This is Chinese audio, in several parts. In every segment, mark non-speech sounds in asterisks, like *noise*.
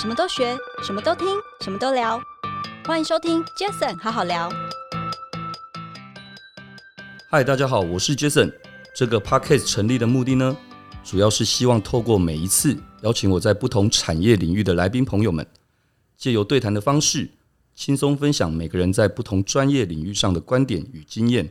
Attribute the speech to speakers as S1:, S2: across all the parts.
S1: 什么都学，什么都听，什么都聊。欢迎收听 Jason 好好聊。
S2: 嗨，大家好，我是 Jason。这个 podcast 成立的目的呢，主要是希望透过每一次邀请我在不同产业领域的来宾朋友们，借由对谈的方式，轻松分享每个人在不同专业领域上的观点与经验。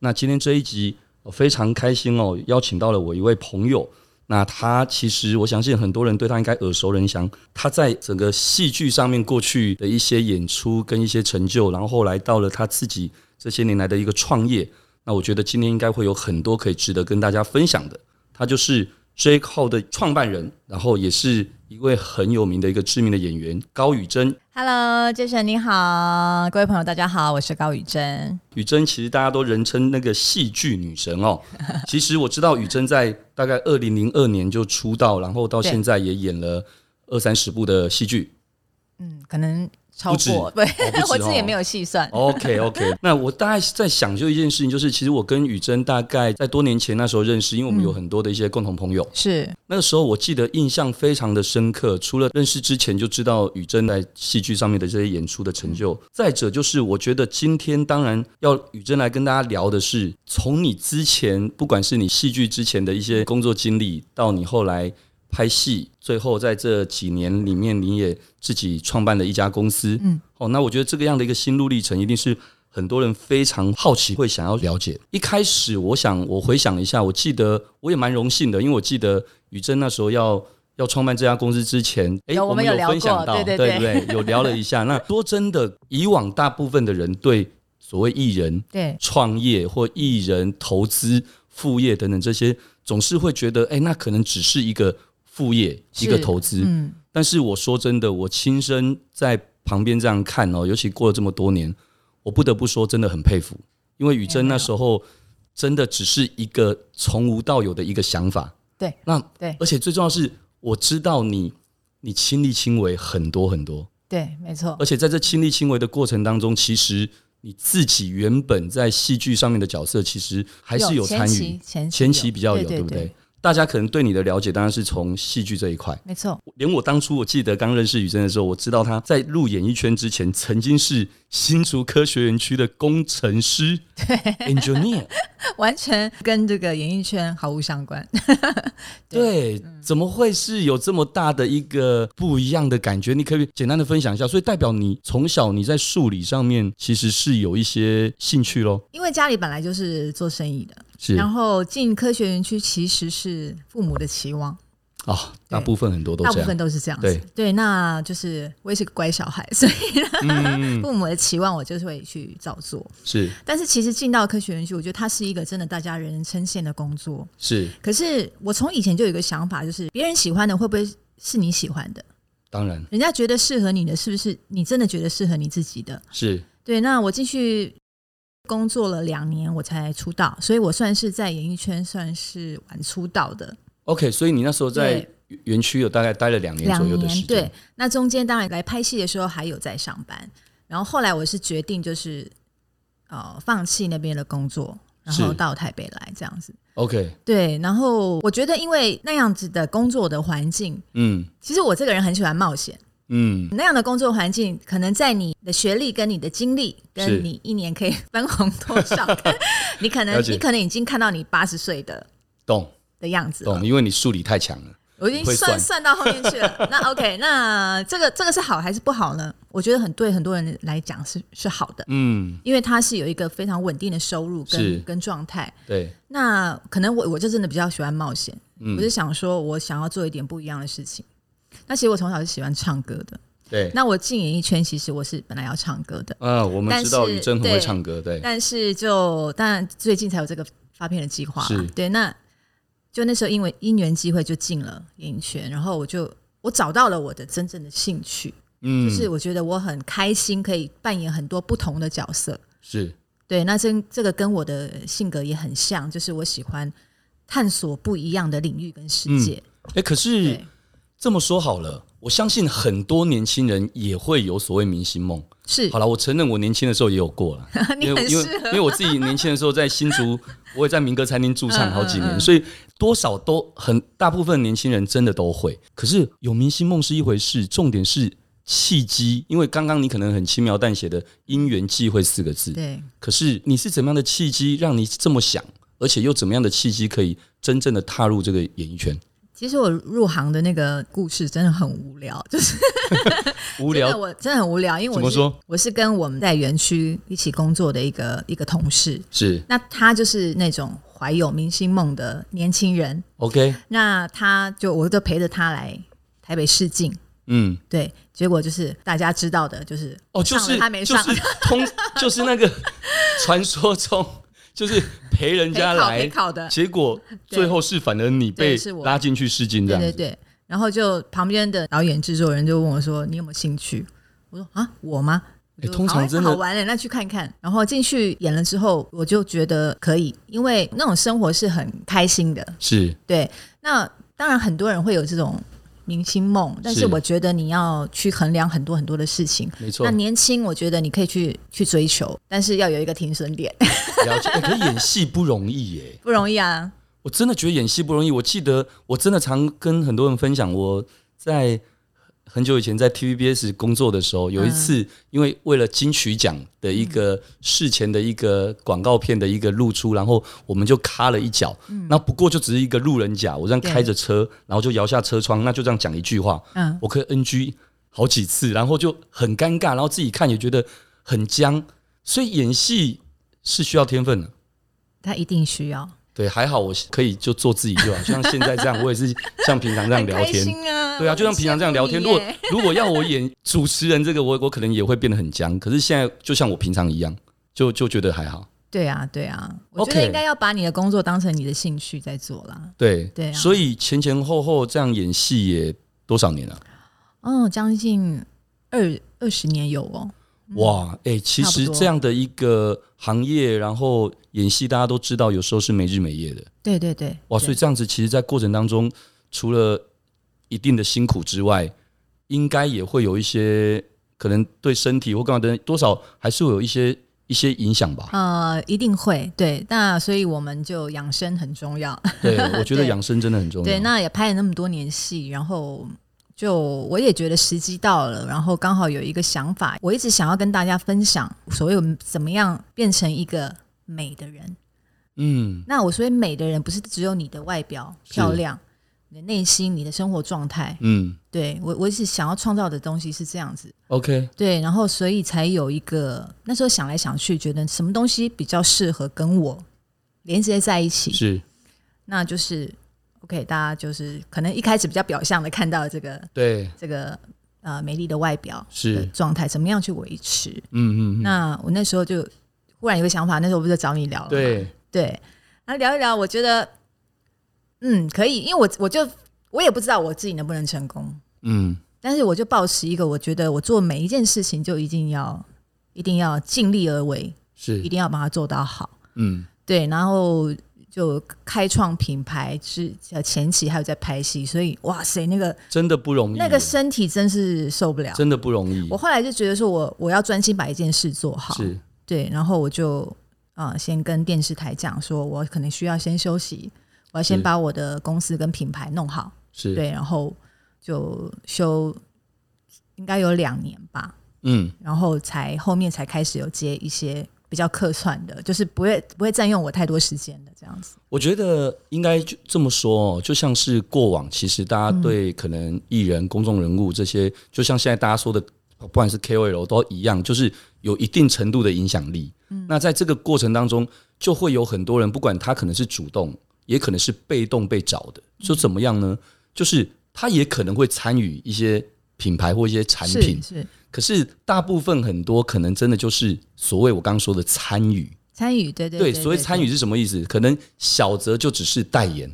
S2: 那今天这一集，我非常开心哦，邀请到了我一位朋友。那他其实，我相信很多人对他应该耳熟能详。他在整个戏剧上面过去的一些演出跟一些成就，然后后来到了他自己这些年来的一个创业，那我觉得今天应该会有很多可以值得跟大家分享的。他就是 J Cole 的创办人，然后也是一位很有名的一个知名的演员高宇珍。
S3: Hello，Jason 你好，各位朋友大家好，我是高宇珍。
S2: 宇珍其实大家都人称那个戏剧女神
S3: *laughs*
S2: 哦。其实我知道宇珍在大概二零零二年就出道，然后到
S3: 对
S2: 现在也演了二三十部的戏剧。
S3: 嗯，可能超
S2: 不止
S3: 过对，
S2: 不止
S3: *laughs* 我自己
S2: 哦 *laughs*
S3: 也没有细算。
S2: OK OK，那我大概是在想就一件事情，就是其实我跟宇珍大概在多年前那时候认识，因为
S3: 嗯
S2: 我们有很多的一些共同朋友。
S3: 是
S2: 那个时候我记得印象非常的深刻，除了认识之前就知道宇珍在戏剧上面的这些演出的成就，再者就是我觉得今天当然要宇珍来跟大家聊的是，从你之前不管是你戏剧之前的一些工作经历，到你后来拍戏，最后在这几年里面你也自己创办了一家公司，嗯，哦，那我觉得这个样的一个心路历程一定是。很多人非常好奇，会想要了解。一开始，我想我回想一下，我记得我也蛮荣幸的，因为我记得宇珍那时候要要创办这家公司之前，哎，
S3: 有
S2: 我们
S3: 我们有聊
S2: 分享
S3: 过
S2: 到，
S3: 对对
S2: 对不对？有聊了一下。那说真的，以往大部分的人对所谓艺人
S3: 对，
S2: 创业或艺人投资副业等等这些，总是会觉得，哎，那可能只是一个副业，
S3: 是
S2: 一个投资。
S3: 嗯，
S2: 但是我说真的，我亲身在旁边这样看哦，尤其过了这么多年，我不得不说真的很佩服，因为宇珍那时候真的只是一个从无到有的一个想法。
S3: 对，
S2: 那
S3: 对
S2: 而且最重要的是，我知道你你亲力亲为很多很多，
S3: 对，没错，
S2: 而且在这亲力亲为的过程当中，其实你自己原本在戏剧上面的角色，其实还是有参
S3: 前
S2: 与
S3: 期，前
S2: 前期
S3: 期
S2: 比较有，
S3: 对
S2: 不对？？大家可能对你的了解当然是从戏剧这一块。
S3: 没错，
S2: 连我当初我记得刚认识雨珍的时候，我知道她在入演艺圈之前，曾经是新竹科学园区的工程师 engineer。
S3: 完全跟这个演艺圈毫无相关。
S2: 对，
S3: 嗯
S2: 怎么会是有这么大的一个不一样的感觉？你可不可以简单的分享一下。所以代表你从小你在数理上面其实是有一些兴趣喽，
S3: *laughs* 因为家里本来就是做生意的，
S2: 是
S3: 然后进科学园区其实是父母的期望，
S2: 啊，大部分很多都
S3: 大
S2: 这
S3: 部分
S2: 样。
S3: 都是这样子。
S2: 对
S3: 那就是我也是个乖小孩，所以呢
S2: 嗯
S3: *laughs* 父母的期望我就是会去照做。
S2: 是
S3: 但是其实进到科学园区，我觉得它是一个真的大家人人称羡的工作。
S2: 是，
S3: 可是我从以前就有一个想法，就是别人喜欢的会不会是你喜欢的？
S2: 当然
S3: 人家觉得适合你的，是不是你真的觉得适合你自己的？
S2: 是
S3: 对，那我进去工作了两年，我才出道，所以我算是在演艺圈算是晚出道的
S2: OK。所以你那时候在园区有大概待了两年
S3: 两
S2: 左右的时间，
S3: 年。对，那中间当然来拍戏的时候还有在上班，然后后来我是决定就是呃放弃那边的工作，然后
S2: 是
S3: 到台北来这样子。
S2: ，OK，
S3: 对，然后我觉得因为那样子的工作的环境，
S2: 嗯
S3: 其实我这个人很喜欢冒险。
S2: 嗯，
S3: 那样的工作环境，可能在你的学历、跟你的经历、
S2: 是
S3: 跟你一年可以 *laughs* 分红
S2: *laughs*
S3: 多少，跟你可能
S2: 了解
S3: 你可能已经看到你八十岁的
S2: 懂。
S3: 的样子了
S2: 懂，。因为你数理太强了。
S3: 我已经
S2: 会
S3: 算
S2: 算
S3: 算到后面去了。那 OK，那这个这个是好还是不好呢？我觉得很对很多人来讲是是好的，
S2: 嗯，
S3: 因为它是有一个非常稳定的收入
S2: 是
S3: 跟跟状态。
S2: 对，
S3: 那可能我我就真的比较喜欢冒险，
S2: 嗯
S3: 我就想说我想要做一点不一样的事情。那其实我从小是喜欢唱歌的，
S2: 对。
S3: 那我进演艺圈其实我是本来要唱歌的，
S2: 啊，我们
S3: 但
S2: 知道
S3: 是
S2: 宇珍很会
S3: 对
S2: 唱歌，对，
S3: 但是就当然最近才有这个发片的计划
S2: 是
S3: 嘛，对，那就那时候因为因缘机会就进了演艺圈，然后我就我找到了我的真正的兴趣，
S2: 嗯，
S3: 就是我觉得我很开心可以扮演很多不同的角色，
S2: 是
S3: 对，那这这个跟我的性格也很像，就是我喜欢探索不一样的领域跟世界。
S2: 嗯哎、可是
S3: 对，
S2: 这么说好了，我相信很多年轻人也会有所谓明星梦。
S3: 是
S2: 好了，我承认我年轻的时候也有过了，
S3: *laughs* 你
S2: 因为
S3: 很
S2: 因为
S3: 适合
S2: 因为我自己年轻的时候在新
S3: *laughs*
S2: 竹，我也在民歌餐厅驻唱好几年，
S3: 嗯嗯嗯
S2: 所以多少都很大部分年轻人真的都会。可是有明星梦是一回事，重点是契机。因为刚刚你可能很轻描淡写的“因缘际会”四个字，
S3: 对，
S2: 可是你是怎么样的契机让你这么想，而且又怎么样的契机可以真正的踏入这个演艺圈？
S3: 其实我入行的那个故事真的很无聊，就是
S2: 无
S3: 真的
S2: 聊
S3: 我真的很无聊，因为
S2: 怎么
S3: 我是
S2: 说
S3: 我是跟我们在园区一起工作的一个一个同事，
S2: 是
S3: 那他就是那种怀有明星梦的年轻人，
S2: OK，
S3: 那他就我就陪着他来台北试镜，
S2: 嗯。
S3: 对，结果就是大家知道的，就是
S2: 哦，就
S3: 上了
S2: 是
S3: 他没
S2: 就
S3: 上，
S2: 是
S3: *laughs*
S2: 通就是那个传说中，就是陪人
S3: 陪
S2: 家
S3: 考陪
S2: 来，
S3: 考的，
S2: 结果最后是反而你被
S3: 对是我
S2: 拉进去试镜这
S3: 对
S2: 样
S3: 对
S2: 子。
S3: 对，然后就旁边的导演制作人就问我说：“你有没有兴趣？”我说：“啊，我吗？”我
S2: 哎
S3: 就
S2: 通
S3: 好
S2: 常
S3: 哎
S2: 真的
S3: 好玩的，那去看看。然后进去演了之后，我就觉得可以，因为那种生活是很开心的。
S2: 是
S3: 对，那当然很多人会有这种明星梦，但是
S2: 是
S3: 我觉得你要去衡量很多很多的事情。
S2: 没错
S3: 那，年轻，我觉得你可以去去追求，但是要有一个停损点， *laughs*
S2: 了 *laughs* 解。哎可是演戏不容易耶，
S3: 不容易啊。
S2: 我真的觉得演戏不容易。我记得我真的常跟很多人分享，我在很久以前在 TVBS 工作的时候，有一次因为为了金曲奖的一个事前的一个广告片的一个露出，然后我们就卡了一脚。那不过就只是一个路人甲，我这样开着车，然后就摇下车窗，那就这样讲一句话，
S3: 嗯，
S2: 我可以 NG 好几次，然后就很尴尬，然后自己看也觉得很僵。所以演戏是需要天分的。
S3: 他一定需要，
S2: 对，还好我可以就做自己就好，
S3: *laughs*
S2: 像现在这样，我也是像平常这样
S3: 很
S2: 聊
S3: 开
S2: 天。
S3: 心啊。
S2: 对啊，
S3: 我
S2: 就像
S3: 很
S2: 平常这样聊
S3: 羡
S2: 天。
S3: 慕
S2: 如果
S3: 你耶
S2: *laughs* 如果要我演主持人这个，我我可能也会变得很僵。可是现在就像我平常一样，就就觉得还好。
S3: 对啊，对啊，我觉得
S2: OK
S3: 应该要把你的工作当成你的兴趣在做啦。
S2: 对
S3: 对啊
S2: 所以前前后后这样演戏也多少年了？
S3: 嗯，将近二二十年有哦。
S2: 哇，哎、其
S3: 差不
S2: 实
S3: 多
S2: 这样的一个行业，然后演戏大家都知道，有时候是没日没夜的。
S3: 对对对，
S2: 哇，
S3: 对
S2: 所以这样子，其实，在过程当中，除了一定的辛苦之外，应该也会有一些可能对身体或干嘛的，多少还是会有一些一些影响吧。
S3: 呃，一定会对。那所以我们就养生很重要。 *laughs*
S2: 对，我觉得
S3: 对
S2: 养生真的很重要。
S3: 对，那也拍了那么多年戏，然后就我也觉得时机到了，然后刚好有一个想法，我一直想要跟大家分享，所谓我们怎么样变成一个美的人。
S2: 嗯，
S3: 那我所谓美的人，不是只有你的外表
S2: 是
S3: 漂亮，你的内心、你的生活状态。
S2: 嗯
S3: 对我，我一直想要创造的东西是这样子。
S2: ，OK，
S3: 对，然后所以才有一个那时候想来想去，觉得什么东西比较适合跟我连接在一起，
S2: 是
S3: 那就是 OK，大家就是可能一开始比较表象的看到这个
S2: 对，
S3: 这个呃美丽的外表
S2: 是
S3: 的状态，怎么样去维持？
S2: 嗯嗯嗯，
S3: 那我那时候就忽然有个想法，那时候不是找你聊了吗
S2: 对，
S3: 对，然后聊一聊，我觉得嗯可以，因为我我就我也不知道我自己能不能成功，
S2: 嗯，
S3: 但是我就抱持一个，我觉得我做每一件事情就一定要一定要尽力而为，一
S2: 是，
S3: 定要把它做到好。
S2: 嗯，
S3: 对，然后就开创品牌之呃前期还有在拍戏，所以哇塞，那个
S2: 真的不容易，
S3: 那个身体真是受不了。
S2: 嗯真的不容易
S3: 我，后来就觉得说我我要专心把一件事做好，
S2: 是
S3: 对，然后我就啊、呃先跟电视台讲说，我可能需要先休息，我要先
S2: 是
S3: 把我的公司跟品牌弄好。
S2: 是，
S3: 对，然后就休，应该有两年吧，
S2: 嗯，
S3: 然后才后面才开始有接一些比较客串的，就是不会不会占用我太多时间的这样子。
S2: 我觉得应该就这么说哦，就像是过往，其实大家对可能艺人、公众人物这些，就像现在大家说的，不管是 KOL 都一样，就是有一定程度的影响力。那在这个过程当中，就会有很多人，不管他可能是主动，也可能是被动被找的，就怎么样呢？就是他也可能会参与一些品牌或一些产品
S3: 是，是
S2: 可是大部分很多可能真的就是所谓我刚刚说的参与。
S3: 参与，对对
S2: 对
S3: 对，
S2: 所谓参与
S3: 对
S2: 是什么意思？可能小则就只是代言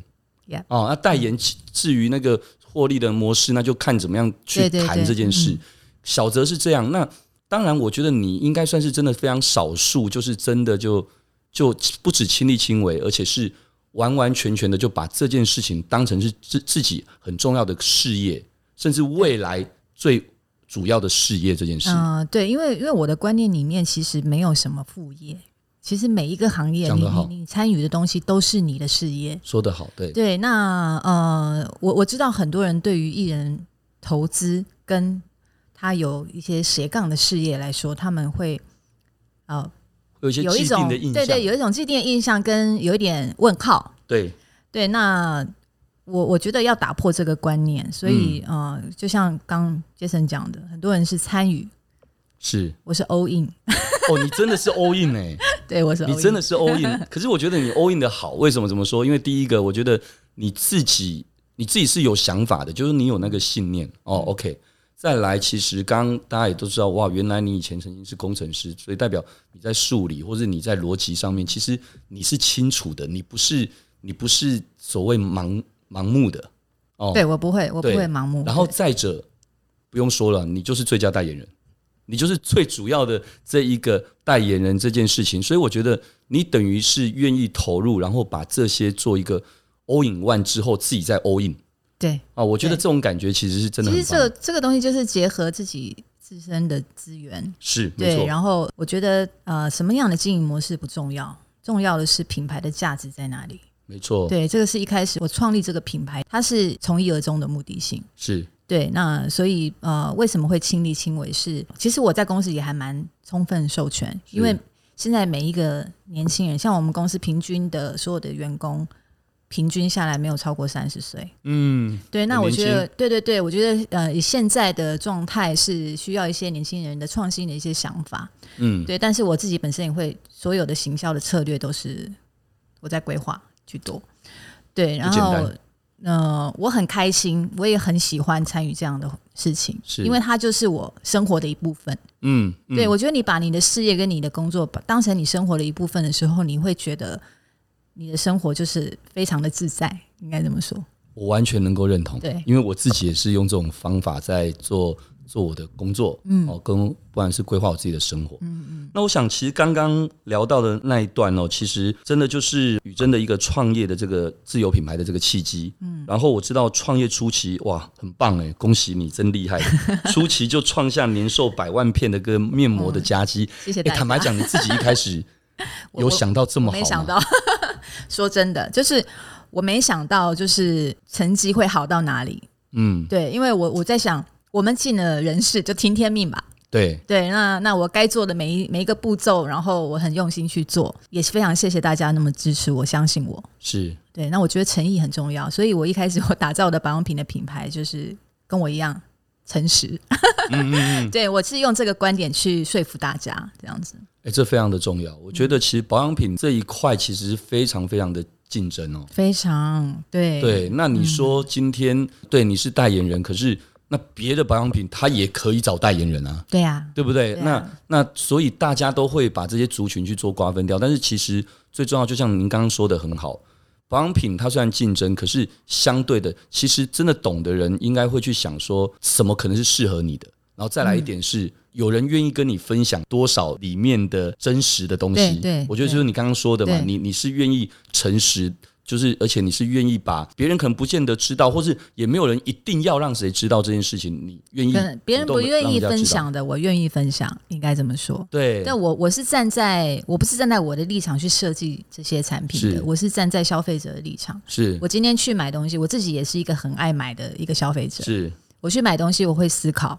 S3: Yeah
S2: 哦，那代言其至于那个获利的模式，那就看怎么样去
S3: 对对
S2: 谈
S3: 对
S2: 这件事。
S3: 嗯
S2: 小则是这样，那当然，我觉得你应该算是真的非常少数，就是真的就就不止亲力亲为，而且是完完全全的就把这件事情当成是自自己很重要的事业，甚至未来最主要的事业这件事。
S3: 嗯、对，因为因为我的观念里面其实没有什么副业，其实每一个行业
S2: 讲
S3: 你
S2: 得好
S3: 你你参与的东西都是你的事业。
S2: 说得好，对，
S3: 对，那呃，我我知道很多人对于艺人投资跟他有一些斜杠的事业来说，他们会呃
S2: 有一些
S3: 有一
S2: 既
S3: 种
S2: 定的印象，
S3: 对对，有一种既定的印象跟有一点问号。
S2: 对
S3: 对，那我我觉得要打破这个观念，所以、
S2: 嗯
S3: 呃，就像刚杰森讲的，很多人是参与，
S2: 是
S3: 我是 all in， *laughs*
S2: *laughs* 哦，你真的是 all in 哎、
S3: 对我是 all in,
S2: 你真的是 all in。可是 *laughs* 我觉得你 all in 的好，为什么这么说？因为第一个，我觉得你自己你自己是有想法的，就是你有那个信念哦。OK，再来，其实刚刚大家也都知道，哇，原来你以前曾经是工程师，所以代表你在数理或者你在逻辑上面，其实你是清楚的，你不是你不是所谓盲盲目的哦。
S3: 对我不会，我不
S2: 对
S3: 会盲目。
S2: 然后
S3: 嗯对
S2: 再者，不用说了，你就是最佳代言人，你就是最主要的这一个代言人这件事情。所以我觉得你等于是愿意投入，然后把这些做一个 all in one 之后，自己再 all in
S3: 对，
S2: 啊。我觉得
S3: 对
S2: 这种感觉其实是真的
S3: 其
S2: 很
S3: 实
S2: 棒，
S3: 这个这个东西就是结合自己自身的资源，
S2: 是没
S3: 对。
S2: 错，
S3: 然后我觉得呃，什么样的经营模式不重要，重要的是品牌的价值在哪里。
S2: 没错，
S3: 对，这个是一开始我创立这个品牌，它是从一而终的目的性。
S2: 是
S3: 对，那所以呃，为什么会亲力亲为是？其实我在公司也还蛮充分授权，
S2: 是
S3: 因为现在每一个年轻人，像我们公司平均的所有的员工，平均下来没有超过三十岁。
S2: 嗯，
S3: 对，那
S2: 很
S3: 我
S2: 年
S3: 觉得，对对对，我觉得呃，以现在的状态是需要一些年轻人的创新的一些想法。
S2: 嗯，
S3: 对，但是我自己本身也会所有的行销的策略都是我在规划居多。对，然
S2: 不简
S3: 后
S2: 单
S3: 呃，我很开心，我也很喜欢参与这样的事情，
S2: 是
S3: 因为它就是我生活的一部分。
S2: 嗯，嗯
S3: 对我觉得你把你的事业跟你的工作把当成你生活的一部分的时候，你会觉得你的生活就是非常的自在，应该这么说。
S2: 我完全能够认同，
S3: 对
S2: 因为我自己也是用这种方法在做做我的工作，嗯，哦，跟不管是规划我自己的生活，嗯嗯。那我想，其实刚刚聊到的那一段哦，其实真的就是宇真的一个创业的这个自有品牌的这个契机，嗯。然后我知道创业初期，哇，很棒哎，恭喜你，真厉害，
S3: *laughs*
S2: 初期就创下年售百万片的跟面膜的佳绩。
S3: 谢谢
S2: 哎
S3: 大家。
S2: 坦白讲，你自己一开始
S3: *laughs* 我
S2: 有
S3: 我
S2: 想到这么
S3: 我
S2: 好吗？
S3: 没想到， *laughs* 说真的，就是我没想到，就是成绩会好到哪里。
S2: 嗯，
S3: 对，因为我我在想，我们进了人事就听天命吧。
S2: 对，
S3: 对，那那我该做的每一每一个步骤，然后我很用心去做，也是非常谢谢大家那么支持我，相信我。
S2: 是
S3: 对，那我觉得诚意很重要，所以我一开始我打造我的保养品的品牌就是跟我一样诚实。
S2: 嗯
S3: *laughs* 对我是用这个观点去说服大家，这样子。
S2: 哎、这非常的重要。我觉得其实保养品这一块其实是非常非常的竞争哦。
S3: 非常对
S2: 对，那你说今天、对你是代言人，可是那别的保养品它也可以找代言人啊，
S3: 对啊，
S2: 对不对？
S3: 对啊
S2: 那那所以大家都会把这些族群去做瓜分掉，但是其实最重要，就像您刚刚说的很好。保养品它虽然竞争，可是相对的，其实真的懂的人应该会去想说，什么可能是适合你的，然后再
S3: 嗯
S2: 来一点是，有人愿意跟你分享多少里面的真实的东西。
S3: 对对
S2: 我觉得就是你刚刚说的嘛，
S3: 对
S2: 你你是愿意诚实，就是而且你是愿意把别人可能不见得知道，或是也没有人一定要让谁知道这件事情，你愿意
S3: 跟别人
S2: 主
S3: 不
S2: 动地
S3: 愿
S2: 让
S3: 意
S2: 人家
S3: 分
S2: 知道，
S3: 享的，我愿意分享，应该这么说。
S2: 对，
S3: 但我我是站在我不是站在我的立场去设计这些产品
S2: 是
S3: 的，我是站在消费者的立场。
S2: 是
S3: 我今天去买东西，我自己也是一个很爱买的一个消费者。
S2: 是
S3: 我去买东西，我会思考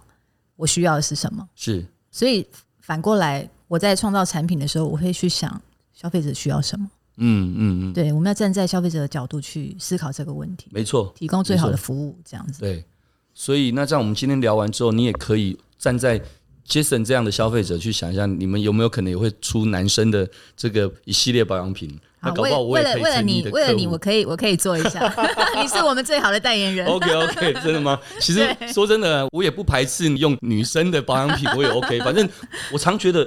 S3: 我需要的是什么，
S2: 是
S3: 所以反过来我在创造产品的时候，我会去想消费者需要什么。
S2: 嗯嗯嗯，
S3: 对，我们要站在消费者的角度去思考这个问题，
S2: 没错，
S3: 提供最好的服务，这样子。
S2: 对。所以那这样我们今天聊完之后，你也可以站在 Jason 这样的消费者去想一下，你们有没有可能也会出男生的这个一系列保养品？那
S3: 好，
S2: 搞
S3: 为
S2: 不好我
S3: 啊
S2: 也
S3: 为了
S2: 可以
S3: 为了
S2: 成
S3: 你
S2: 的，
S3: 为了
S2: 客
S3: 你，
S2: 户
S3: 我可以我可以做一
S2: *laughs*
S3: 下， *laughs* 你是我们最好的代言人。
S2: OK
S3: *laughs*
S2: OK，真的吗？其实
S3: 对
S2: 说真的，我也不排斥你用女生的保养品，我也 OK。反正我常觉得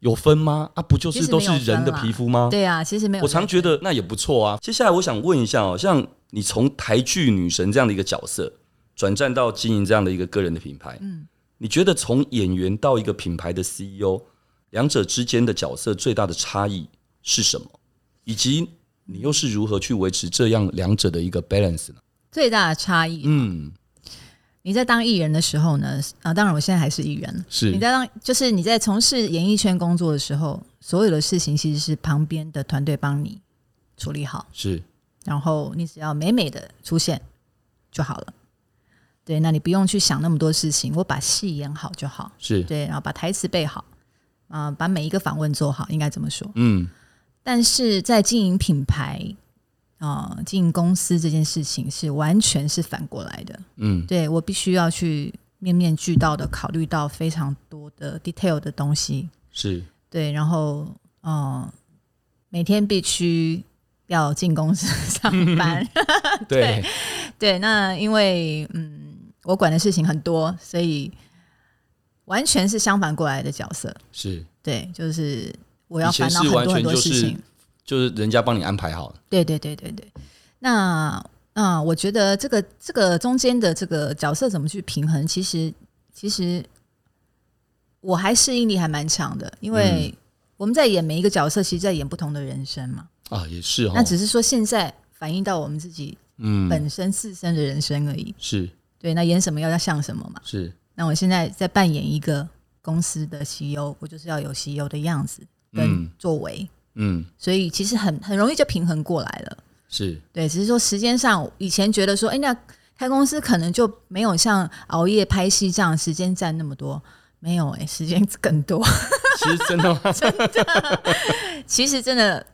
S2: 有分吗？啊，不就是都是人的皮肤吗？
S3: 对啊，其实没有。
S2: 我常觉得那也不错啊。接下来我想问一下哦，像你从台剧女神这样的一个角色，转战到经营这样的一个个人的品牌，嗯，你觉得从演员到一个品牌的 CEO，两者之间的角色最大的差异是什么？以及你又是如何去维持这样两者的一个 balance 呢？
S3: 最大的差异，
S2: 嗯，
S3: 你在当艺人的时候呢，啊，当然我现在还是艺人。
S2: 是
S3: 你在当就是你在从事演艺圈工作的时候，所有的事情其实是旁边的团队帮你处理好，
S2: 是
S3: 然后你只要美美的出现就好了。对，那你不用去想那么多事情，我把戏演好就好。
S2: 是，
S3: 对，然后把台词背好，啊、把每一个访问做好，应该这么说。
S2: 嗯，
S3: 但是在经营品牌啊、呃经营公司这件事情是完全是反过来的。
S2: 嗯，
S3: 对我必须要去面面俱到的考虑到非常多的 detail 的东西，
S2: 是
S3: 对，然后嗯、呃每天必须要进公司 *laughs* 上
S2: *laughs*
S3: 班，
S2: 对，
S3: *laughs* 对，那因为嗯，我管的事情很多，所以完全是相反过来的角色，
S2: 是
S3: 对，就是我要
S2: 以前
S3: 烦恼
S2: 是
S3: 很
S2: 完
S3: 多很
S2: 全
S3: 多
S2: 就
S3: 事情
S2: 是，就是人家帮你安排好了，
S3: 对对对对对。那啊、我觉得这个这个中间的这个角色怎么去平衡，其实其实我还适应力还蛮强的，因为
S2: 嗯
S3: 我们在演每一个角色，其实在演不同的人生嘛。
S2: 啊，也是哦
S3: 那，只是说现在反映到我们自己
S2: 嗯，
S3: 本身自身的人生而已。
S2: 是
S3: 对，那演什么要要像什么嘛？
S2: 是，
S3: 那我现在在扮演一个公司的 CEO，我就是要有 CEO 的样子跟
S2: 嗯
S3: 作为，
S2: 嗯，
S3: 所以其实很很容易就平衡过来了。
S2: 是
S3: 对，只是说时间上，以前觉得说，哎，那开公司可能就没有像熬夜拍戏这样时间占那么多，没有哎、诶时间更多。 *laughs*
S2: *laughs* 其实真的吗？
S3: 其实真的，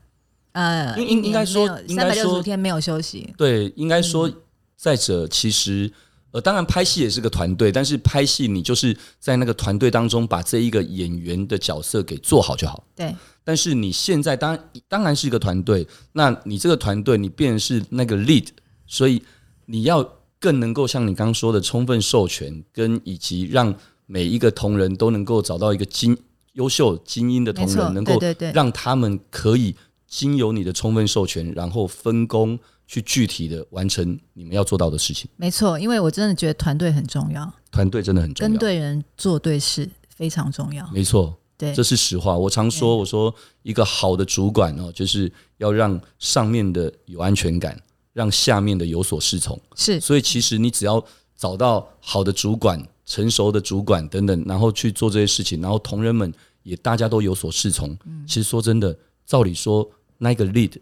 S3: 呃，
S2: 应应应该说应该
S3: 三百六十
S2: 说
S3: 五天没有休息，
S2: 对，应该说，再者，其实呃，当然拍戏也是个团队，但是拍戏你就是在那个团队当中把这一个演员的角色给做好就好。
S3: 对
S2: 但是你现在当然当然是一个团队，那你这个团队你变成是那个 lead，所以你要更能够像你刚刚说的充分授权，跟以及让每一个同仁都能够找到一个精优秀精英的同
S3: 没错
S2: 仁，能够
S3: 对对对
S2: 让他们可以经由你的充分授权，然后分工去具体的完成你们要做到的事情。
S3: 没错，因为我真的觉得团队很重要，
S2: 团队真的很重
S3: 跟
S2: 要，
S3: 对人做对事非常重要。
S2: 没错。
S3: 对
S2: 这，是实话。我常说，我说一个好的主管哦，就是要让上面的有安全感，让下面的有所适从。
S3: 是
S2: 所以其实你只要找到好的主管、成熟的主管等等，然后去做这些事情，然后同仁们也大家都有所适从。
S3: 嗯
S2: 其实说真的，照理说那个 lead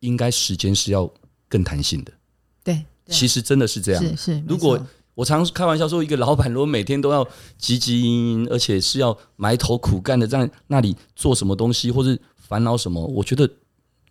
S2: 应该时间是要更弹性的。
S3: 对，对啊
S2: 其实真的是这样。
S3: 是是，没
S2: 如果
S3: 错
S2: 我常开玩笑说，一个老板如果每天都要汲汲营营，而且是要埋头苦干的在那里做什么东西，或是烦恼什么，我觉得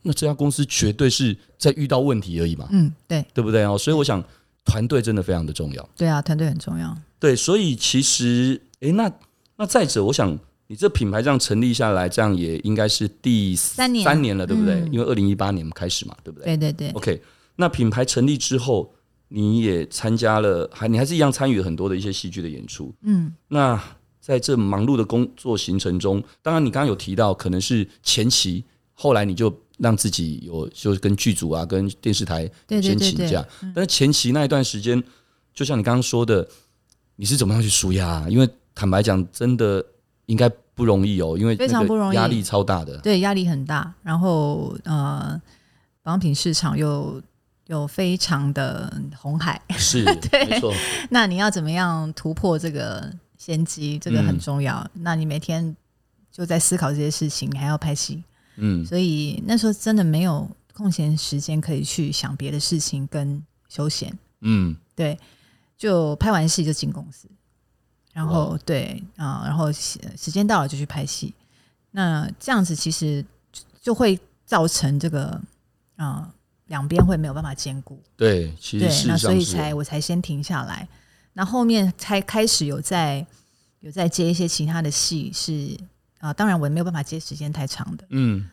S2: 那这家公司绝对是在遇到问题而已嘛，
S3: 嗯，对
S2: 对不对哦？所以我想，团队真的非常的重要。
S3: 对啊，团队很重要。
S2: 对，所以其实，诶，那那再者，我想你这品牌这样成立下来，这样也应该是第
S3: 三年
S2: 三年了，哦对不对？
S3: 嗯
S2: 因为二零一八年开始嘛，对不对？
S3: 对对对，
S2: OK，那品牌成立之后，你也参加了，还你还是一样参与了很多的一些戏剧的演出。
S3: 嗯，
S2: 那在这忙碌的工作行程中，当然你刚刚有提到，可能是前期，后来你就让自己有就是跟剧组啊、跟电视台
S3: 对对
S2: 先
S3: 对
S2: 请
S3: 对
S2: 假，但是前期那一段时间，就像你刚刚说的，你是怎么样去舒压、啊？因为坦白讲，真的应该不容易哦，因为
S3: 非
S2: 那
S3: 常
S2: 个
S3: 不容易
S2: 压力超大
S3: *laughs*
S2: 的。
S3: 对，压力很大。然后呃，保养品市场又又非常的红海， *laughs*
S2: 是，没错，
S3: 那你要怎么样突破这个先机？这个很
S2: 嗯
S3: 重要。那你每天就在思考这些事情，你还要拍戏，
S2: 嗯，
S3: 所以那时候真的没有空闲时间可以去想别的事情跟休闲。
S2: 嗯，
S3: 对，就拍完戏就进公司，然
S2: 哦
S3: 后对啊、然后时时间到了就去拍戏。那这样子其实就就会造成这个啊两边会没有办法兼顾，
S2: 对，其实
S3: 对
S2: 事，实
S3: 那
S2: 上
S3: 所以
S2: 是
S3: 才我才先停下来，那后面才开始有在有在接一些其他的戏是。啊，当然我也没有办法接时间太长的，
S2: 嗯，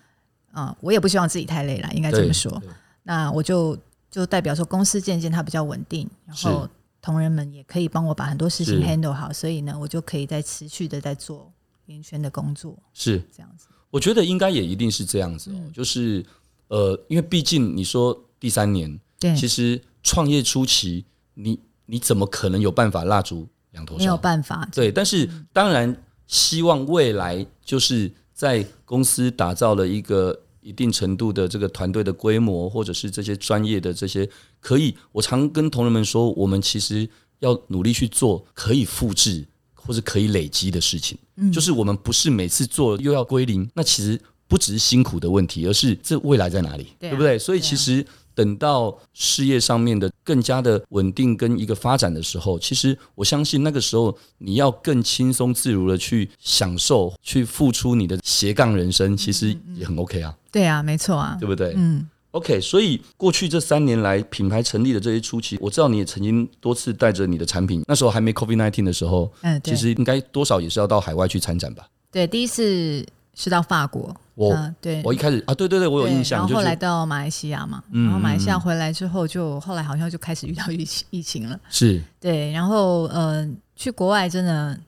S3: 啊，我也不希望自己太累了，应该这
S2: 对
S3: 么说。
S2: 对
S3: 那我就就代表说公司渐渐它比较稳定，然后同仁们也可以帮我把很多事情
S2: 是
S3: handle 好，所以呢，我就可以再持续的在做演艺圈的工作，
S2: 是，
S3: 这样子。
S2: 我觉得应该也一定是这样子哦，
S3: 嗯
S2: 就是呃，因为毕竟你说第三年，
S3: 对，
S2: 其实创业初期，你你怎么可能有办法蜡烛两头
S3: 没有
S2: 烧？
S3: 办法，
S2: 对，但是当然希望未来就是在公司打造了一个一定程度的这个团队的规模，或者是这些专业的这些可以，我常跟同仁们说，我们其实要努力去做可以复制或是可以累积的事情。
S3: 嗯
S2: 就是我们不是每次做又要归零，那其实不只是辛苦的问题，而是这未来在哪里，
S3: 对啊
S2: 不对？所以
S3: 对啊
S2: 其实等到事业上面的更加的稳定跟一个发展的时候，其实我相信那个时候你要更轻松自如的去享受、去付出你的斜杠人生，其实
S3: 嗯
S2: 也很 OK 啊，
S3: 对啊，没错啊，
S2: 对不对？
S3: 嗯，
S2: OK，所以过去这三年来，品牌成立的这些初期，我知道你也曾经多次带着你的产品，那时候还没 COVID nineteen 的时候，
S3: 嗯，对
S2: 其实应该多少也是要到海外去参展吧。
S3: 对，第一次是到法国，
S2: 我、
S3: 嗯，对，
S2: 我一开始啊，对对对，我有
S3: 对
S2: 印象，
S3: 然
S2: 就
S3: 后后来
S2: 是
S3: 到马来西亚嘛，
S2: 嗯
S3: 然后马来西亚回来之后就，后来好像就开始遇到 *laughs* 疫情疫情了。
S2: 是，
S3: 对，然后呃，去国外真的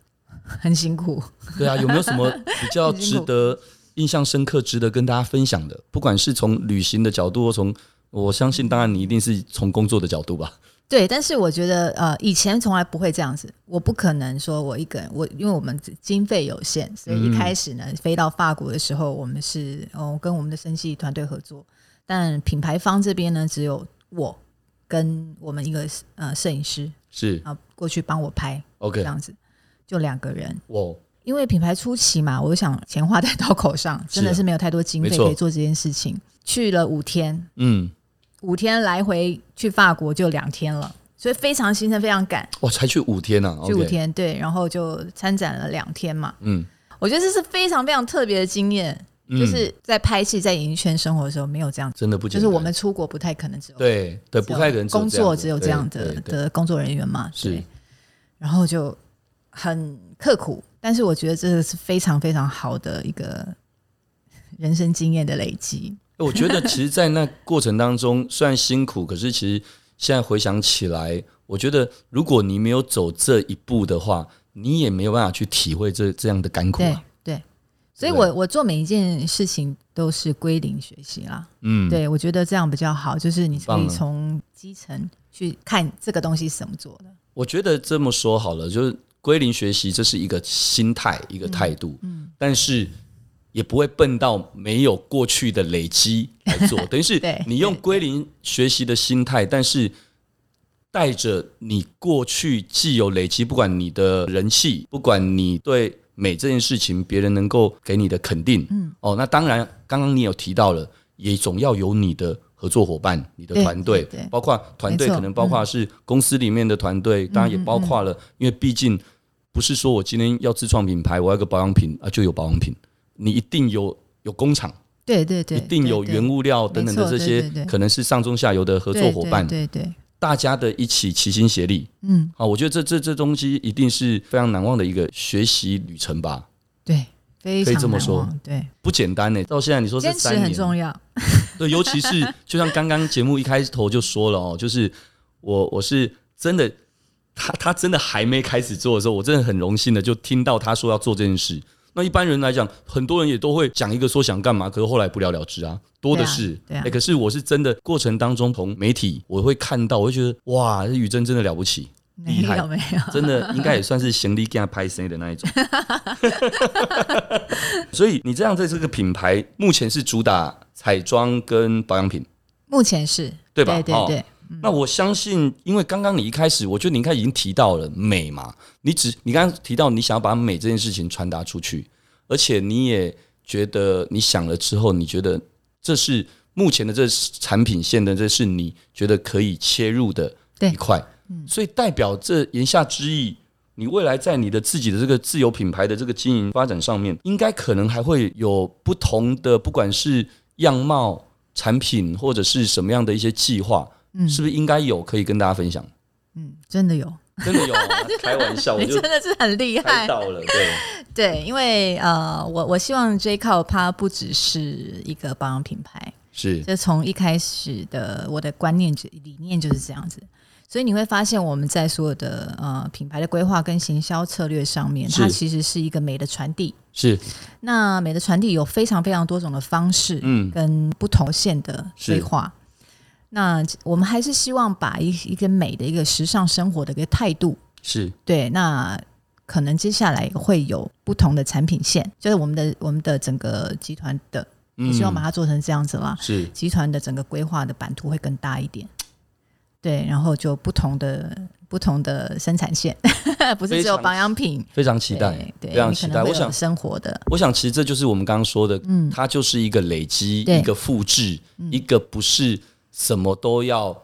S3: 很辛苦。
S2: 对啊，有没有什么比较
S3: *laughs* 很辛
S2: 值
S3: 苦
S2: 得印象深刻、值得跟大家分享的？不管是从旅行的角度，或从我相信，当然你一定是从工作的角度吧。
S3: 对，但是我觉得呃，以前从来不会这样子，我不可能说我一个人，我因为我们经费有限，所以一
S2: 嗯
S3: 开始呢，飞到法国的时候，我们是哦跟我们的生计团队合作，但品牌方这边呢，只有我跟我们一个呃摄影师
S2: 是
S3: 啊过去帮我拍这
S2: OK，
S3: 样子，就两个人。
S2: 我
S3: 因为品牌初期嘛，我想钱花在刀口上，真的是没有太多经费
S2: 啊没错
S3: 可以做这件事情。去了五天，
S2: 嗯，
S3: 五天来回去法国就两天了，所以非常行程非常赶，
S2: 哇，才去五天啊，
S3: 去
S2: OK
S3: 五，天对，然后就参展了两天嘛。
S2: 嗯，
S3: 我觉得这是非常非常特别的经验，
S2: 嗯
S3: 就是在拍戏、在演艺圈生活的时候没有这样，
S2: 真的不
S3: 就
S2: 简单，
S3: 是我们出国不太可能只有
S2: 对对，不太可能
S3: 哦工作只有这样
S2: 对
S3: 的
S2: 对对
S3: 的工作人员嘛，
S2: 是
S3: 对，然后就很刻苦，但是我觉得这个是非常非常好的一个人生经验的累积，
S2: 哎我觉得其实，在那过程当中，虽然辛苦，可是其实现在回想起来，我觉得如果你没有走这一步的话，你也没有办法去体会这这样的甘苦
S3: 对
S2: 啊。
S3: 对，所以
S2: 对不对
S3: 我我做每一件事情都是归零学习啦，
S2: 嗯，
S3: 对我觉得这样比较好，就是你可
S2: 棒
S3: 以
S2: 啊
S3: 从基层去看这个东西是怎么做的，
S2: 我觉得这么说好了，就是归零学习，这是一个心态，一个态度，嗯，但是也不会笨到没有过去的累积来
S3: *laughs*
S2: 做，等于是
S3: 对
S2: 你用归零学习的心态，但是。带着你过去既有累积，不管你的人气，不管你对美这件事情别人能够给你的肯定，嗯，哦，那当然，刚刚你有提到了，也总要有你的合作伙伴、你的
S3: 对
S2: 团队
S3: 对对，
S2: 包括团队
S3: 没错嗯
S2: 可能包括是公司里面的团队，当然也包括了，因为毕竟不是说我今天要自创品牌，我要一个保养品啊就有保养品，你一定有有工厂，
S3: 对对对，
S2: 一定
S3: 对
S2: 有
S3: 对
S2: 原物料等等的
S3: 没错
S2: 这些
S3: 对对对
S2: 可能是上中下游的合作伙伴，
S3: 对对对对，
S2: 大家的一起齐心协力
S3: 嗯，
S2: 啊，我觉得这这这东西一定是非常难忘的一个学习旅程吧，
S3: 对，非
S2: 可以
S3: 常
S2: 这么
S3: 难
S2: 说
S3: 忘，对，
S2: 不简单呢、到现在你说这
S3: 坚持
S2: 三
S3: 很
S2: 年，
S3: 重要，
S2: 对，尤其
S3: *laughs*
S2: 是就像刚刚节目一开头就说了哦，就是我我是真的，他他真的还没开始做的时候，我真的很荣幸的就听到他说要做这件事。那一般人来讲，很多人也都会讲一个说想干嘛，可是后来不了了之啊，多的是。哎
S3: 对啊对啊
S2: 诶可是我是真的过程当中，从媒体我会看到，我会觉得哇，这雨珍真的了不起，
S3: 没
S2: 厉害
S3: *laughs* 有没有，
S2: 真的应该也算是行李给他拍谁的那一
S3: *laughs*
S2: 种。所以你这样在这个品牌目前是主打彩妆跟保养品。
S3: 目前是
S2: 对吧
S3: 对
S2: 哦
S3: 对
S2: 那我相信，因为刚刚你一开始，我觉得你应该已经提到了美嘛，你只你刚刚提到你想要把美这件事情传达出去，而且你也觉得你想了之后，你觉得这是目前的这产品线的，这是你觉得可以切入的
S3: 对
S2: 一块，所以代表这言下之意。你未来在你的自己的这个自有品牌的这个经营发展上面，应该可能还会有不同的，不管是样貌、产品或者是什么样的一些计划，是不是应该有可以跟大家分
S3: *laughs*
S2: 享？
S3: 嗯，真的有，
S2: 真的有、啊，开玩笑，我
S3: 你
S2: 就
S3: *laughs* 真的是很厉
S2: 猜
S3: 害，
S2: 到了，对，
S3: 对，因为呃，我我希望 J Cop 它不只是一个保养品牌，
S2: 是
S3: 就从一开始的我的观念就理念就是这样子。所以你会发现，我们在所有的呃品牌的规划跟行销策略上面，它
S2: 是
S3: 其实是一个美的传递。
S2: 是，
S3: 那美的传递有非常非常多种的方式，
S2: 嗯
S3: 跟不同线的规划。那我们还是希望把一一个美的一个时尚生活的一个态度，
S2: 是
S3: 对，那可能接下来会有不同的产品线，就是我们的我们的整个集团的，
S2: 嗯
S3: 我希望把它做成这样子啦。
S2: 是
S3: 集团的整个规划的版图会更大一点，对，然后就不同的不同的生产线， *laughs* 不是只有保养品。
S2: 非常期待
S3: 对，，对
S2: 非常
S3: 你可
S2: 期
S3: 能
S2: 待。
S3: 会
S2: 我
S3: 有
S2: 想，
S3: 生活的，
S2: 我想其实这就是我们刚刚说的，
S3: 嗯
S2: 它就是一个累积，
S3: 对嗯
S2: 一个复制，一个不是什么都要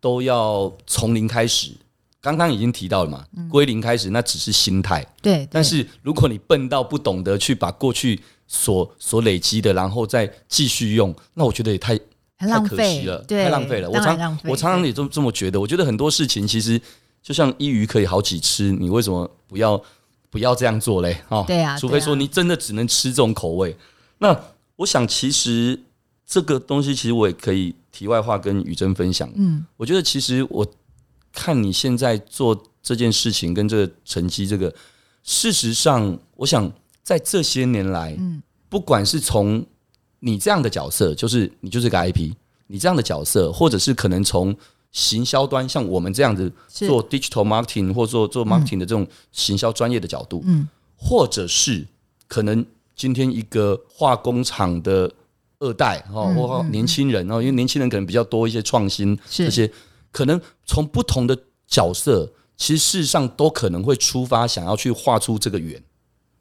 S2: 都要从零开始。刚刚已经提到了嘛，归零开始那只是心态，
S3: 嗯对，
S2: 但
S3: 对
S2: 是如果你笨到不懂得去把过去所所累积的，然后再继续用，那我觉得也太太
S3: 很浪
S2: 可惜
S3: 费
S2: 了，
S3: 对，
S2: 太浪费了。我
S3: 当然
S2: 常
S3: 浪费
S2: 我常常
S3: 对
S2: 也这么这么觉得，我觉得很多事情其实就像一鱼可以好几吃，你为什么不要不要这样做嘞？哦，
S3: 对啊
S2: 除非
S3: 对啊
S2: 说你真的只能吃这种口味。那我想，其实这个东西，其实我也可以题外话跟宇珍分享。
S3: 嗯，
S2: 我觉得其实我看你现在做这件事情跟这个成绩，这个事实上，我想在这些年来，
S3: 嗯
S2: 不管是从你这样的角色，就是你就是个 IP，你这样的角色，或者是可能从行销端，像我们这样子
S3: 是
S2: 做 digital marketing 或做做 marketing 的这种行销专业的角度，
S3: 嗯，
S2: 或者是可能今天一个化工厂的二代哦，
S3: 嗯
S2: 或
S3: 嗯
S2: 年轻人哦，因为年轻人可能比较多一些创新，
S3: 是
S2: 这些可能从不同的角色，其实事实上都可能会出发想要去画出这个圆。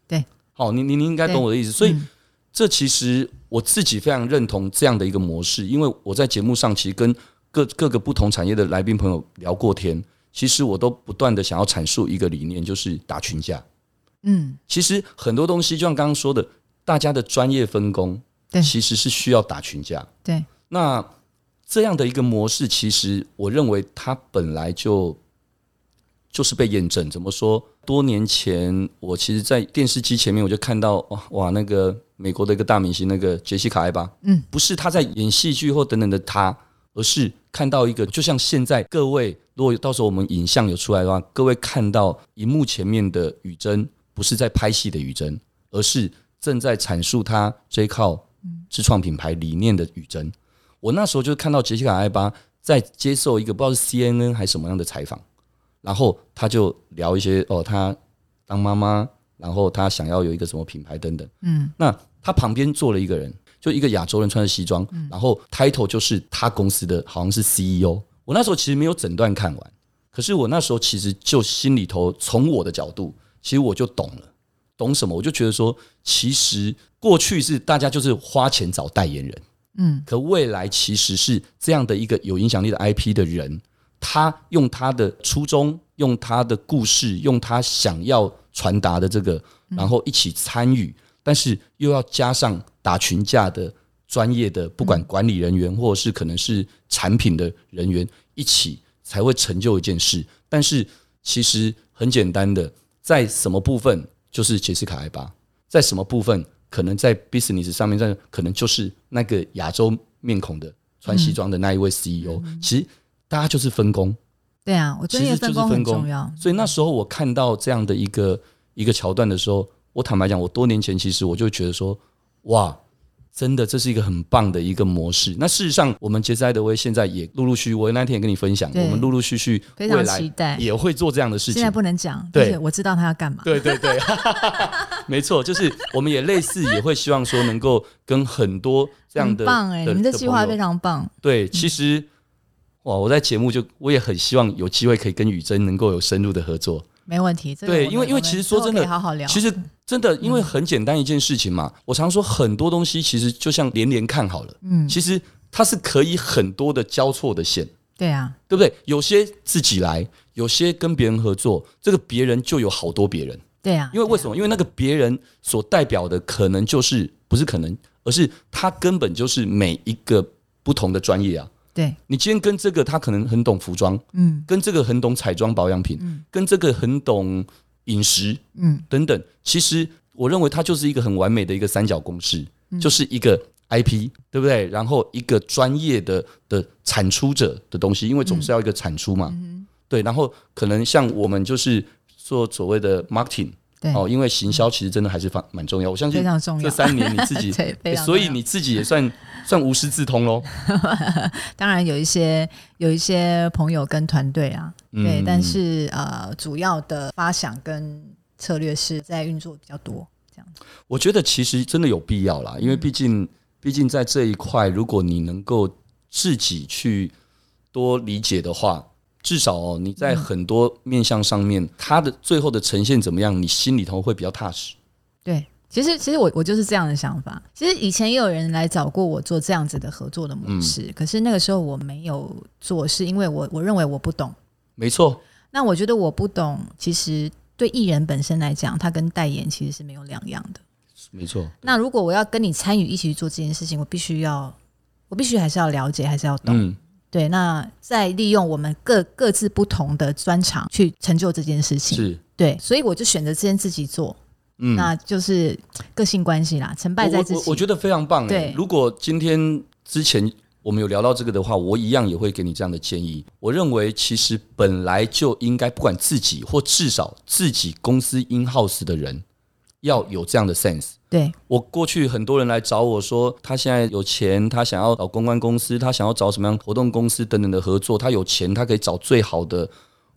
S3: 对，
S2: 好、你你你应该懂我的意思，所以。
S3: 嗯
S2: 这其实我自己非常认同这样的一个模式，因为我在节目上其实跟各各个不同产业的来宾朋友聊过天，其实我都不断的想要阐述一个理念，就是打群架。
S3: 嗯，
S2: 其实很多东西，就像刚刚说的，大家的专业分工，
S3: 对
S2: 其实是需要打群架。
S3: 对，
S2: 那这样的一个模式，其实我认为它本来就就是被验证。怎么说？多年前，我其实，在电视机前面我就看到，哇哇，那个美国的一个大明星，那个杰西卡艾巴，
S3: 嗯，
S2: 不是他在演戏剧或等等的他，而是看到一个，就像现在各位，如果到时候我们影像有出来的话，各位看到荧幕前面的雨珍，不是在拍戏的雨珍，而是正在阐述他 J 靠自创品牌理念的雨珍。我那时候就看到杰西卡艾巴在接受一个不知道是 CNN 还是什么样的采访，然后他就聊一些哦，他当妈妈，然后他想要有一个什么品牌等等。
S3: 嗯，
S2: 那他旁边坐了一个人，就一个亚洲人穿着西装，然后 title 就是他公司的好像是 CEO。我那时候其实没有整段看完，可是我那时候其实就心里头从我的角度，其实我就懂了。懂什么？我就觉得说，其实过去是大家就是花钱找代言人，
S3: 嗯，
S2: 可未来其实是这样的一个有影响力的 IP 的人，他用他的初衷，用他的故事，用他想要传达的这个，然后一起参与，但是又要加上打群架的专业的，不管管理人员或者是可能是产品的人员一起，才会成就一件事。但是其实很简单的，在什么部分就是杰西卡艾巴，在什么部分可能在 business 上面，在可能就是那个亚洲面孔的
S3: 嗯
S2: 穿西装的那一位 CEO，、其实大家就是分工。
S3: 对啊，我专
S2: 其
S3: 业
S2: 实就是
S3: 工很
S2: 分工
S3: 重要，
S2: 所以那时候我看到这样的一个一个桥段的时候，我坦白讲，我多年前其实我就觉得说，哇，真的这是一个很棒的一个模式。那事实上，我们杰斯艾德威现在也陆陆续，我那天也跟你分享，
S3: 对
S2: 我们陆陆续续
S3: 非常
S2: 未
S3: 期
S2: 来
S3: 待。
S2: 也会做这样的事
S3: 现
S2: 情
S3: 在。不能讲，
S2: 对
S3: 就是我知道他要干嘛。
S2: 对对对， *laughs* 没错，就是我们也类似，也会希望说能够跟很多这样
S3: 很
S2: 的
S3: 棒哎，你们
S2: 的
S3: 这计划
S2: 朋友
S3: 非常嗯棒。
S2: 对，其实、哇，我在节目就我也很希望有机会可以跟雨珍能够有深入的合作。
S3: 没问题，这个
S2: 对
S3: 我们
S2: 因为因为
S3: 我们
S2: 其实说
S3: 之后
S2: 真的
S3: 可以好好聊。
S2: 其实真的，因为很简单一件事情嘛，我常说很多东西其实就像连连看好了，
S3: 嗯，
S2: 其实它是可以很多的交错的线，
S3: 对啊，
S2: 对不对？有些自己来，有些跟别人合作，这个别人就有好多别人。
S3: 对啊，
S2: 因为为什么？因为那个别人所代表的可能就是不是可能，而是他根本就是每一个不同的专业啊。
S3: 对，
S2: 你今天跟这个他可能很懂服装，
S3: 嗯
S2: 跟这个很懂彩妆保养品，
S3: 嗯
S2: 跟这个很懂饮食
S3: 嗯，
S2: 等等。其实我认为它就是一个很完美的一个三角公式，
S3: 嗯
S2: 就是一个 IP，对不对？然后一个专业的的产出者的东西，因为总是要一个产出
S3: 嗯
S2: 嘛，对。然后可能像我们就是做所谓的 marketing。
S3: 对，
S2: 哦，因为行销其实真的还是蛮蛮重要。我相信
S3: 非常重要
S2: 这三年你自己，
S3: *laughs* 对，非
S2: 欸
S3: 常
S2: 所以
S3: 重要
S2: 你自己也算算无师自通喽。
S3: 当然有一些有一些朋友跟团队啊，
S2: 嗯
S3: 对，但是呃，主要的发想跟策略是在运作比较多，这样子。
S2: 我觉得其实真的有必要啦，因为毕竟毕竟在这一块，如果你能够自己去多理解的话，至少哦，你在很多面向上面，它的最后的呈现怎么样，你心里头会比较踏实。
S3: 对，其实其实我我就是这样的想法。其实以前也有人来找过我做这样子的合作的模式，
S2: 嗯
S3: 可是那个时候我没有做，是因为我我认为我不懂。
S2: 没错，
S3: 那我觉得我不懂，其实对艺人本身来讲，他跟代言其实是没有两样的。
S2: 没错，
S3: 那如果我要跟你参与一起去做这件事情，我必须要，我必须还是要了解，还是要懂。
S2: 嗯，
S3: 对，那再利用我们各各自不同的专长去成就这件事情。
S2: 是，
S3: 对，所以我就选择先自己做，
S2: 嗯，
S3: 那就是个性关系啦，成败在自
S2: 我
S3: 己。
S2: 我我觉得非常棒。欸
S3: 对
S2: 如果今天之前我们有聊到这个的话，我一样也会给你这样的建议。我认为其实本来就应该，不管自己或至少自己公司 in house 的人，要有这样的 sense。
S3: 对
S2: 我过去很多人来找我说，他现在有钱，他想要找公关公司，他想要找什么样活动公司等等的合作，他有钱，他可以找最好的。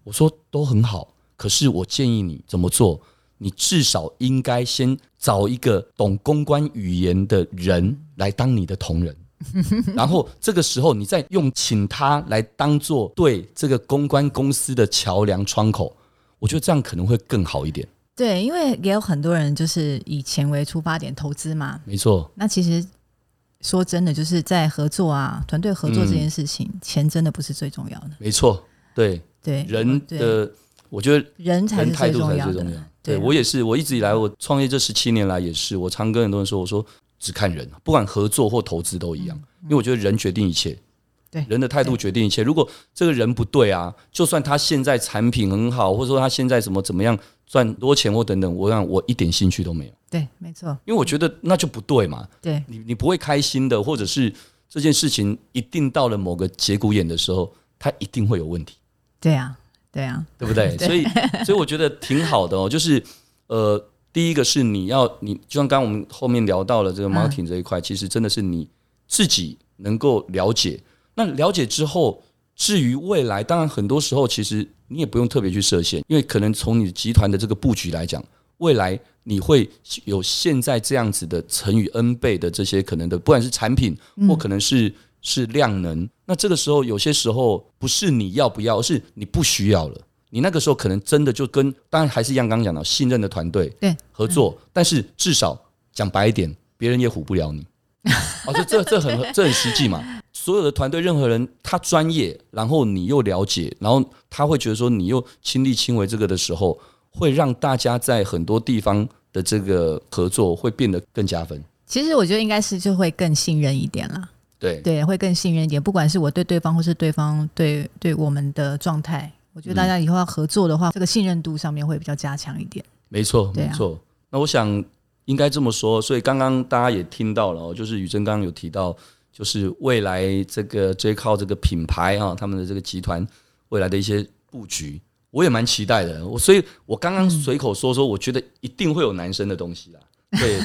S2: 我说都很好，可是我建议你怎么做？你至少应该先找一个懂公关语言的人来当你的同仁，然后这个时候你再用请他来当做对这个公关公司的桥梁窗口，我觉得这样可能会更好一点。
S3: 对，因为也有很多人就是以钱为出发点投资嘛。
S2: 没错，
S3: 那其实说真的，就是在合作啊，团队合作
S2: 嗯
S3: 这件事情，钱真的不是最重要的。
S2: 没错，对。
S3: 对，
S2: 人
S3: 对
S2: 的，我觉得
S3: 人才
S2: 人
S3: 是
S2: 态
S3: 最
S2: 度才
S3: 重
S2: 是
S3: 要
S2: 最
S3: 的
S2: 重要。。
S3: 对
S2: 对
S3: 啊
S2: 我也是，我一直以来我创业这十七年来也是，我常跟很多人说，我说只看人，不管合作或投资都一样，因为我觉得人决定一切。
S3: 嗯对
S2: 人的态度决定一切。如果这个人不对啊，就算他现在产品很好，或者说他现在怎么怎么样赚多钱或等等，我让我一点兴趣都没有，
S3: 对，没错，
S2: 因为我觉得那就不对嘛。
S3: 对
S2: 你你不会开心的，或者是这件事情一定到了某个节骨眼的时候，它一定会有问题。
S3: 对啊，对啊，
S2: 对不对？所以，所以我觉得挺好的哦。 *laughs* 就是，呃，第一个是你要，你就像刚刚我们后面聊到了这个
S3: 嗯
S2: marketing 这一块，其实真的是你自己能够了解。那了解之后，至于未来，当然很多时候其实你也不用特别去设限，因为可能从你集团的这个布局来讲，未来你会有现在这样子的乘以 n 倍的这些可能的，不管是产品或可能是、是量能。那这个时候，有些时候不是你要不要，而是你不需要了。你那个时候可能真的就跟，当然还是一样，刚刚讲到信任的团队
S3: 对
S2: 合作，但是至少讲白一点，别人也唬不了你。哦，这这这很这很实际嘛。所有的团队，任何人他专业，然后你又了解，然后他会觉得说你又亲力亲为这个的时候，会让大家在很多地方的这个合作会变得更加分。
S3: 其实我觉得应该是就会更信任一点啦，
S2: 对，
S3: 对，会更信任一点。不管是我对对方，或是对方对对我们的状态，我觉得
S2: 嗯
S3: 大家以后要合作的话，这个信任度上面会比较加强一点。
S2: 没错，
S3: 对
S2: 没
S3: 啊
S2: 错。那我想应该这么说，所以刚刚大家也听到了哦，就是宇珍刚刚有提到，就是未来这个 J c o 这个品牌啊，他们的这个集团未来的一些布局，我也蛮期待的。我所以，我刚
S3: 嗯
S2: 刚随口说说，我觉得一定会有男生的东西啦。对，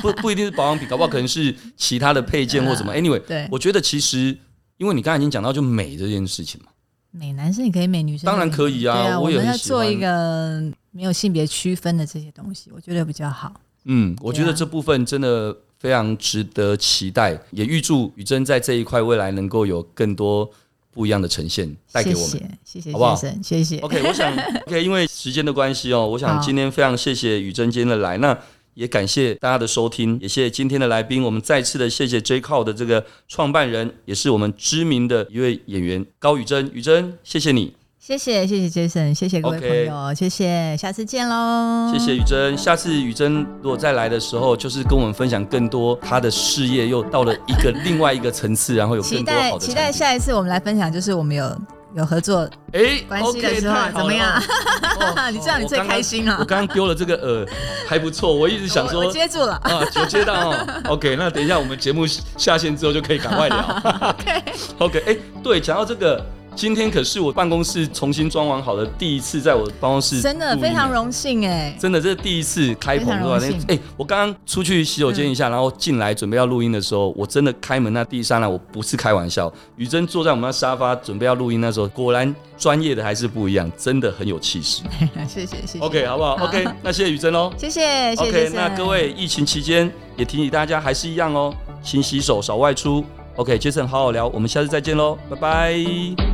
S2: 不不不一定是保养品，搞不好可能是其他的配件或什么。Anyway，
S3: 对，啊
S2: 我觉得其实，因为你刚才已经讲到就美这件事情嘛，
S3: 美男生也可以，美女生
S2: 当然
S3: 也
S2: 可以啊
S3: 对啊，
S2: 我也
S3: 们
S2: 很
S3: 要
S2: 喜
S3: 做一
S2: 欢
S3: 个没有性别区分的这些东西，我觉得比较好。
S2: 嗯，我
S3: 对
S2: 觉得
S3: 啊
S2: 这部分真的非常值得期待，也预祝宇珍在这一块未来能够有更多不一样的呈现带给
S3: 谢
S2: 我们。
S3: 谢，谢谢
S2: 好不好
S3: 先生，谢谢。
S2: OK，我想 *laughs* OK，因为时间的关系哦，我想
S3: 好
S2: 今天非常谢谢宇珍今天的来，那也感谢大家的收听，也谢谢今天的来宾，我们再次的谢谢 J c o 的这个创办人，也是我们知名的一位演员高宇珍，宇珍，谢谢你，
S3: 谢谢，谢谢 Jason，谢谢各位
S2: OK
S3: 朋友谢谢，下次见喽，
S2: 谢谢宇珍，下次宇珍如果再来的时候，就是跟我们分享更多她的事业又到了一个另外一个层次，然后有
S3: 期
S2: 更多
S3: 待
S2: 好的
S3: 期
S2: 产
S3: 待
S2: 品。
S3: 下一次我们来分享，就是我们有有合作 *laughs*
S2: 哎
S3: 关系的
S2: OK，
S3: 时候
S2: 太好了
S3: 怎么样？
S2: 哦
S3: *laughs* 你知道你最开心了
S2: 我刚刚丢了这个呃，还不错，我一直想
S3: 我
S2: 说
S3: 我接住了。
S2: 啊，有接到哦。OK，那等一下我们节目下线之后就可以赶快聊。OK，哎、 *laughs* 对，讲到这个。今天可是我办公室重新装潢好的第一次，在我办公室
S3: 真的
S2: 录音
S3: 非常
S2: 哎
S3: 荣幸哎、
S2: 真的，这是第一次开棚
S3: 非常
S2: 对吧？
S3: 荣幸
S2: 那哎、我刚刚出去洗手间一下，然后进来准备要录音的时候，我真的开门那第一刹那，我不是开玩笑。雨珍坐在我们那沙发准备要录音那时候，果然专业的还是不一样，真的很有气
S3: *laughs*
S2: 势。
S3: 谢谢谢谢
S2: OK，好不好 o k 那谢谢雨珍喽。
S3: 谢谢谢谢
S2: OK，
S3: 先生
S2: 那各位疫情期间也提醒大家还是一样哦，勤洗手，少外出。OK，Jason、好好聊，我们下次再见喽，拜拜。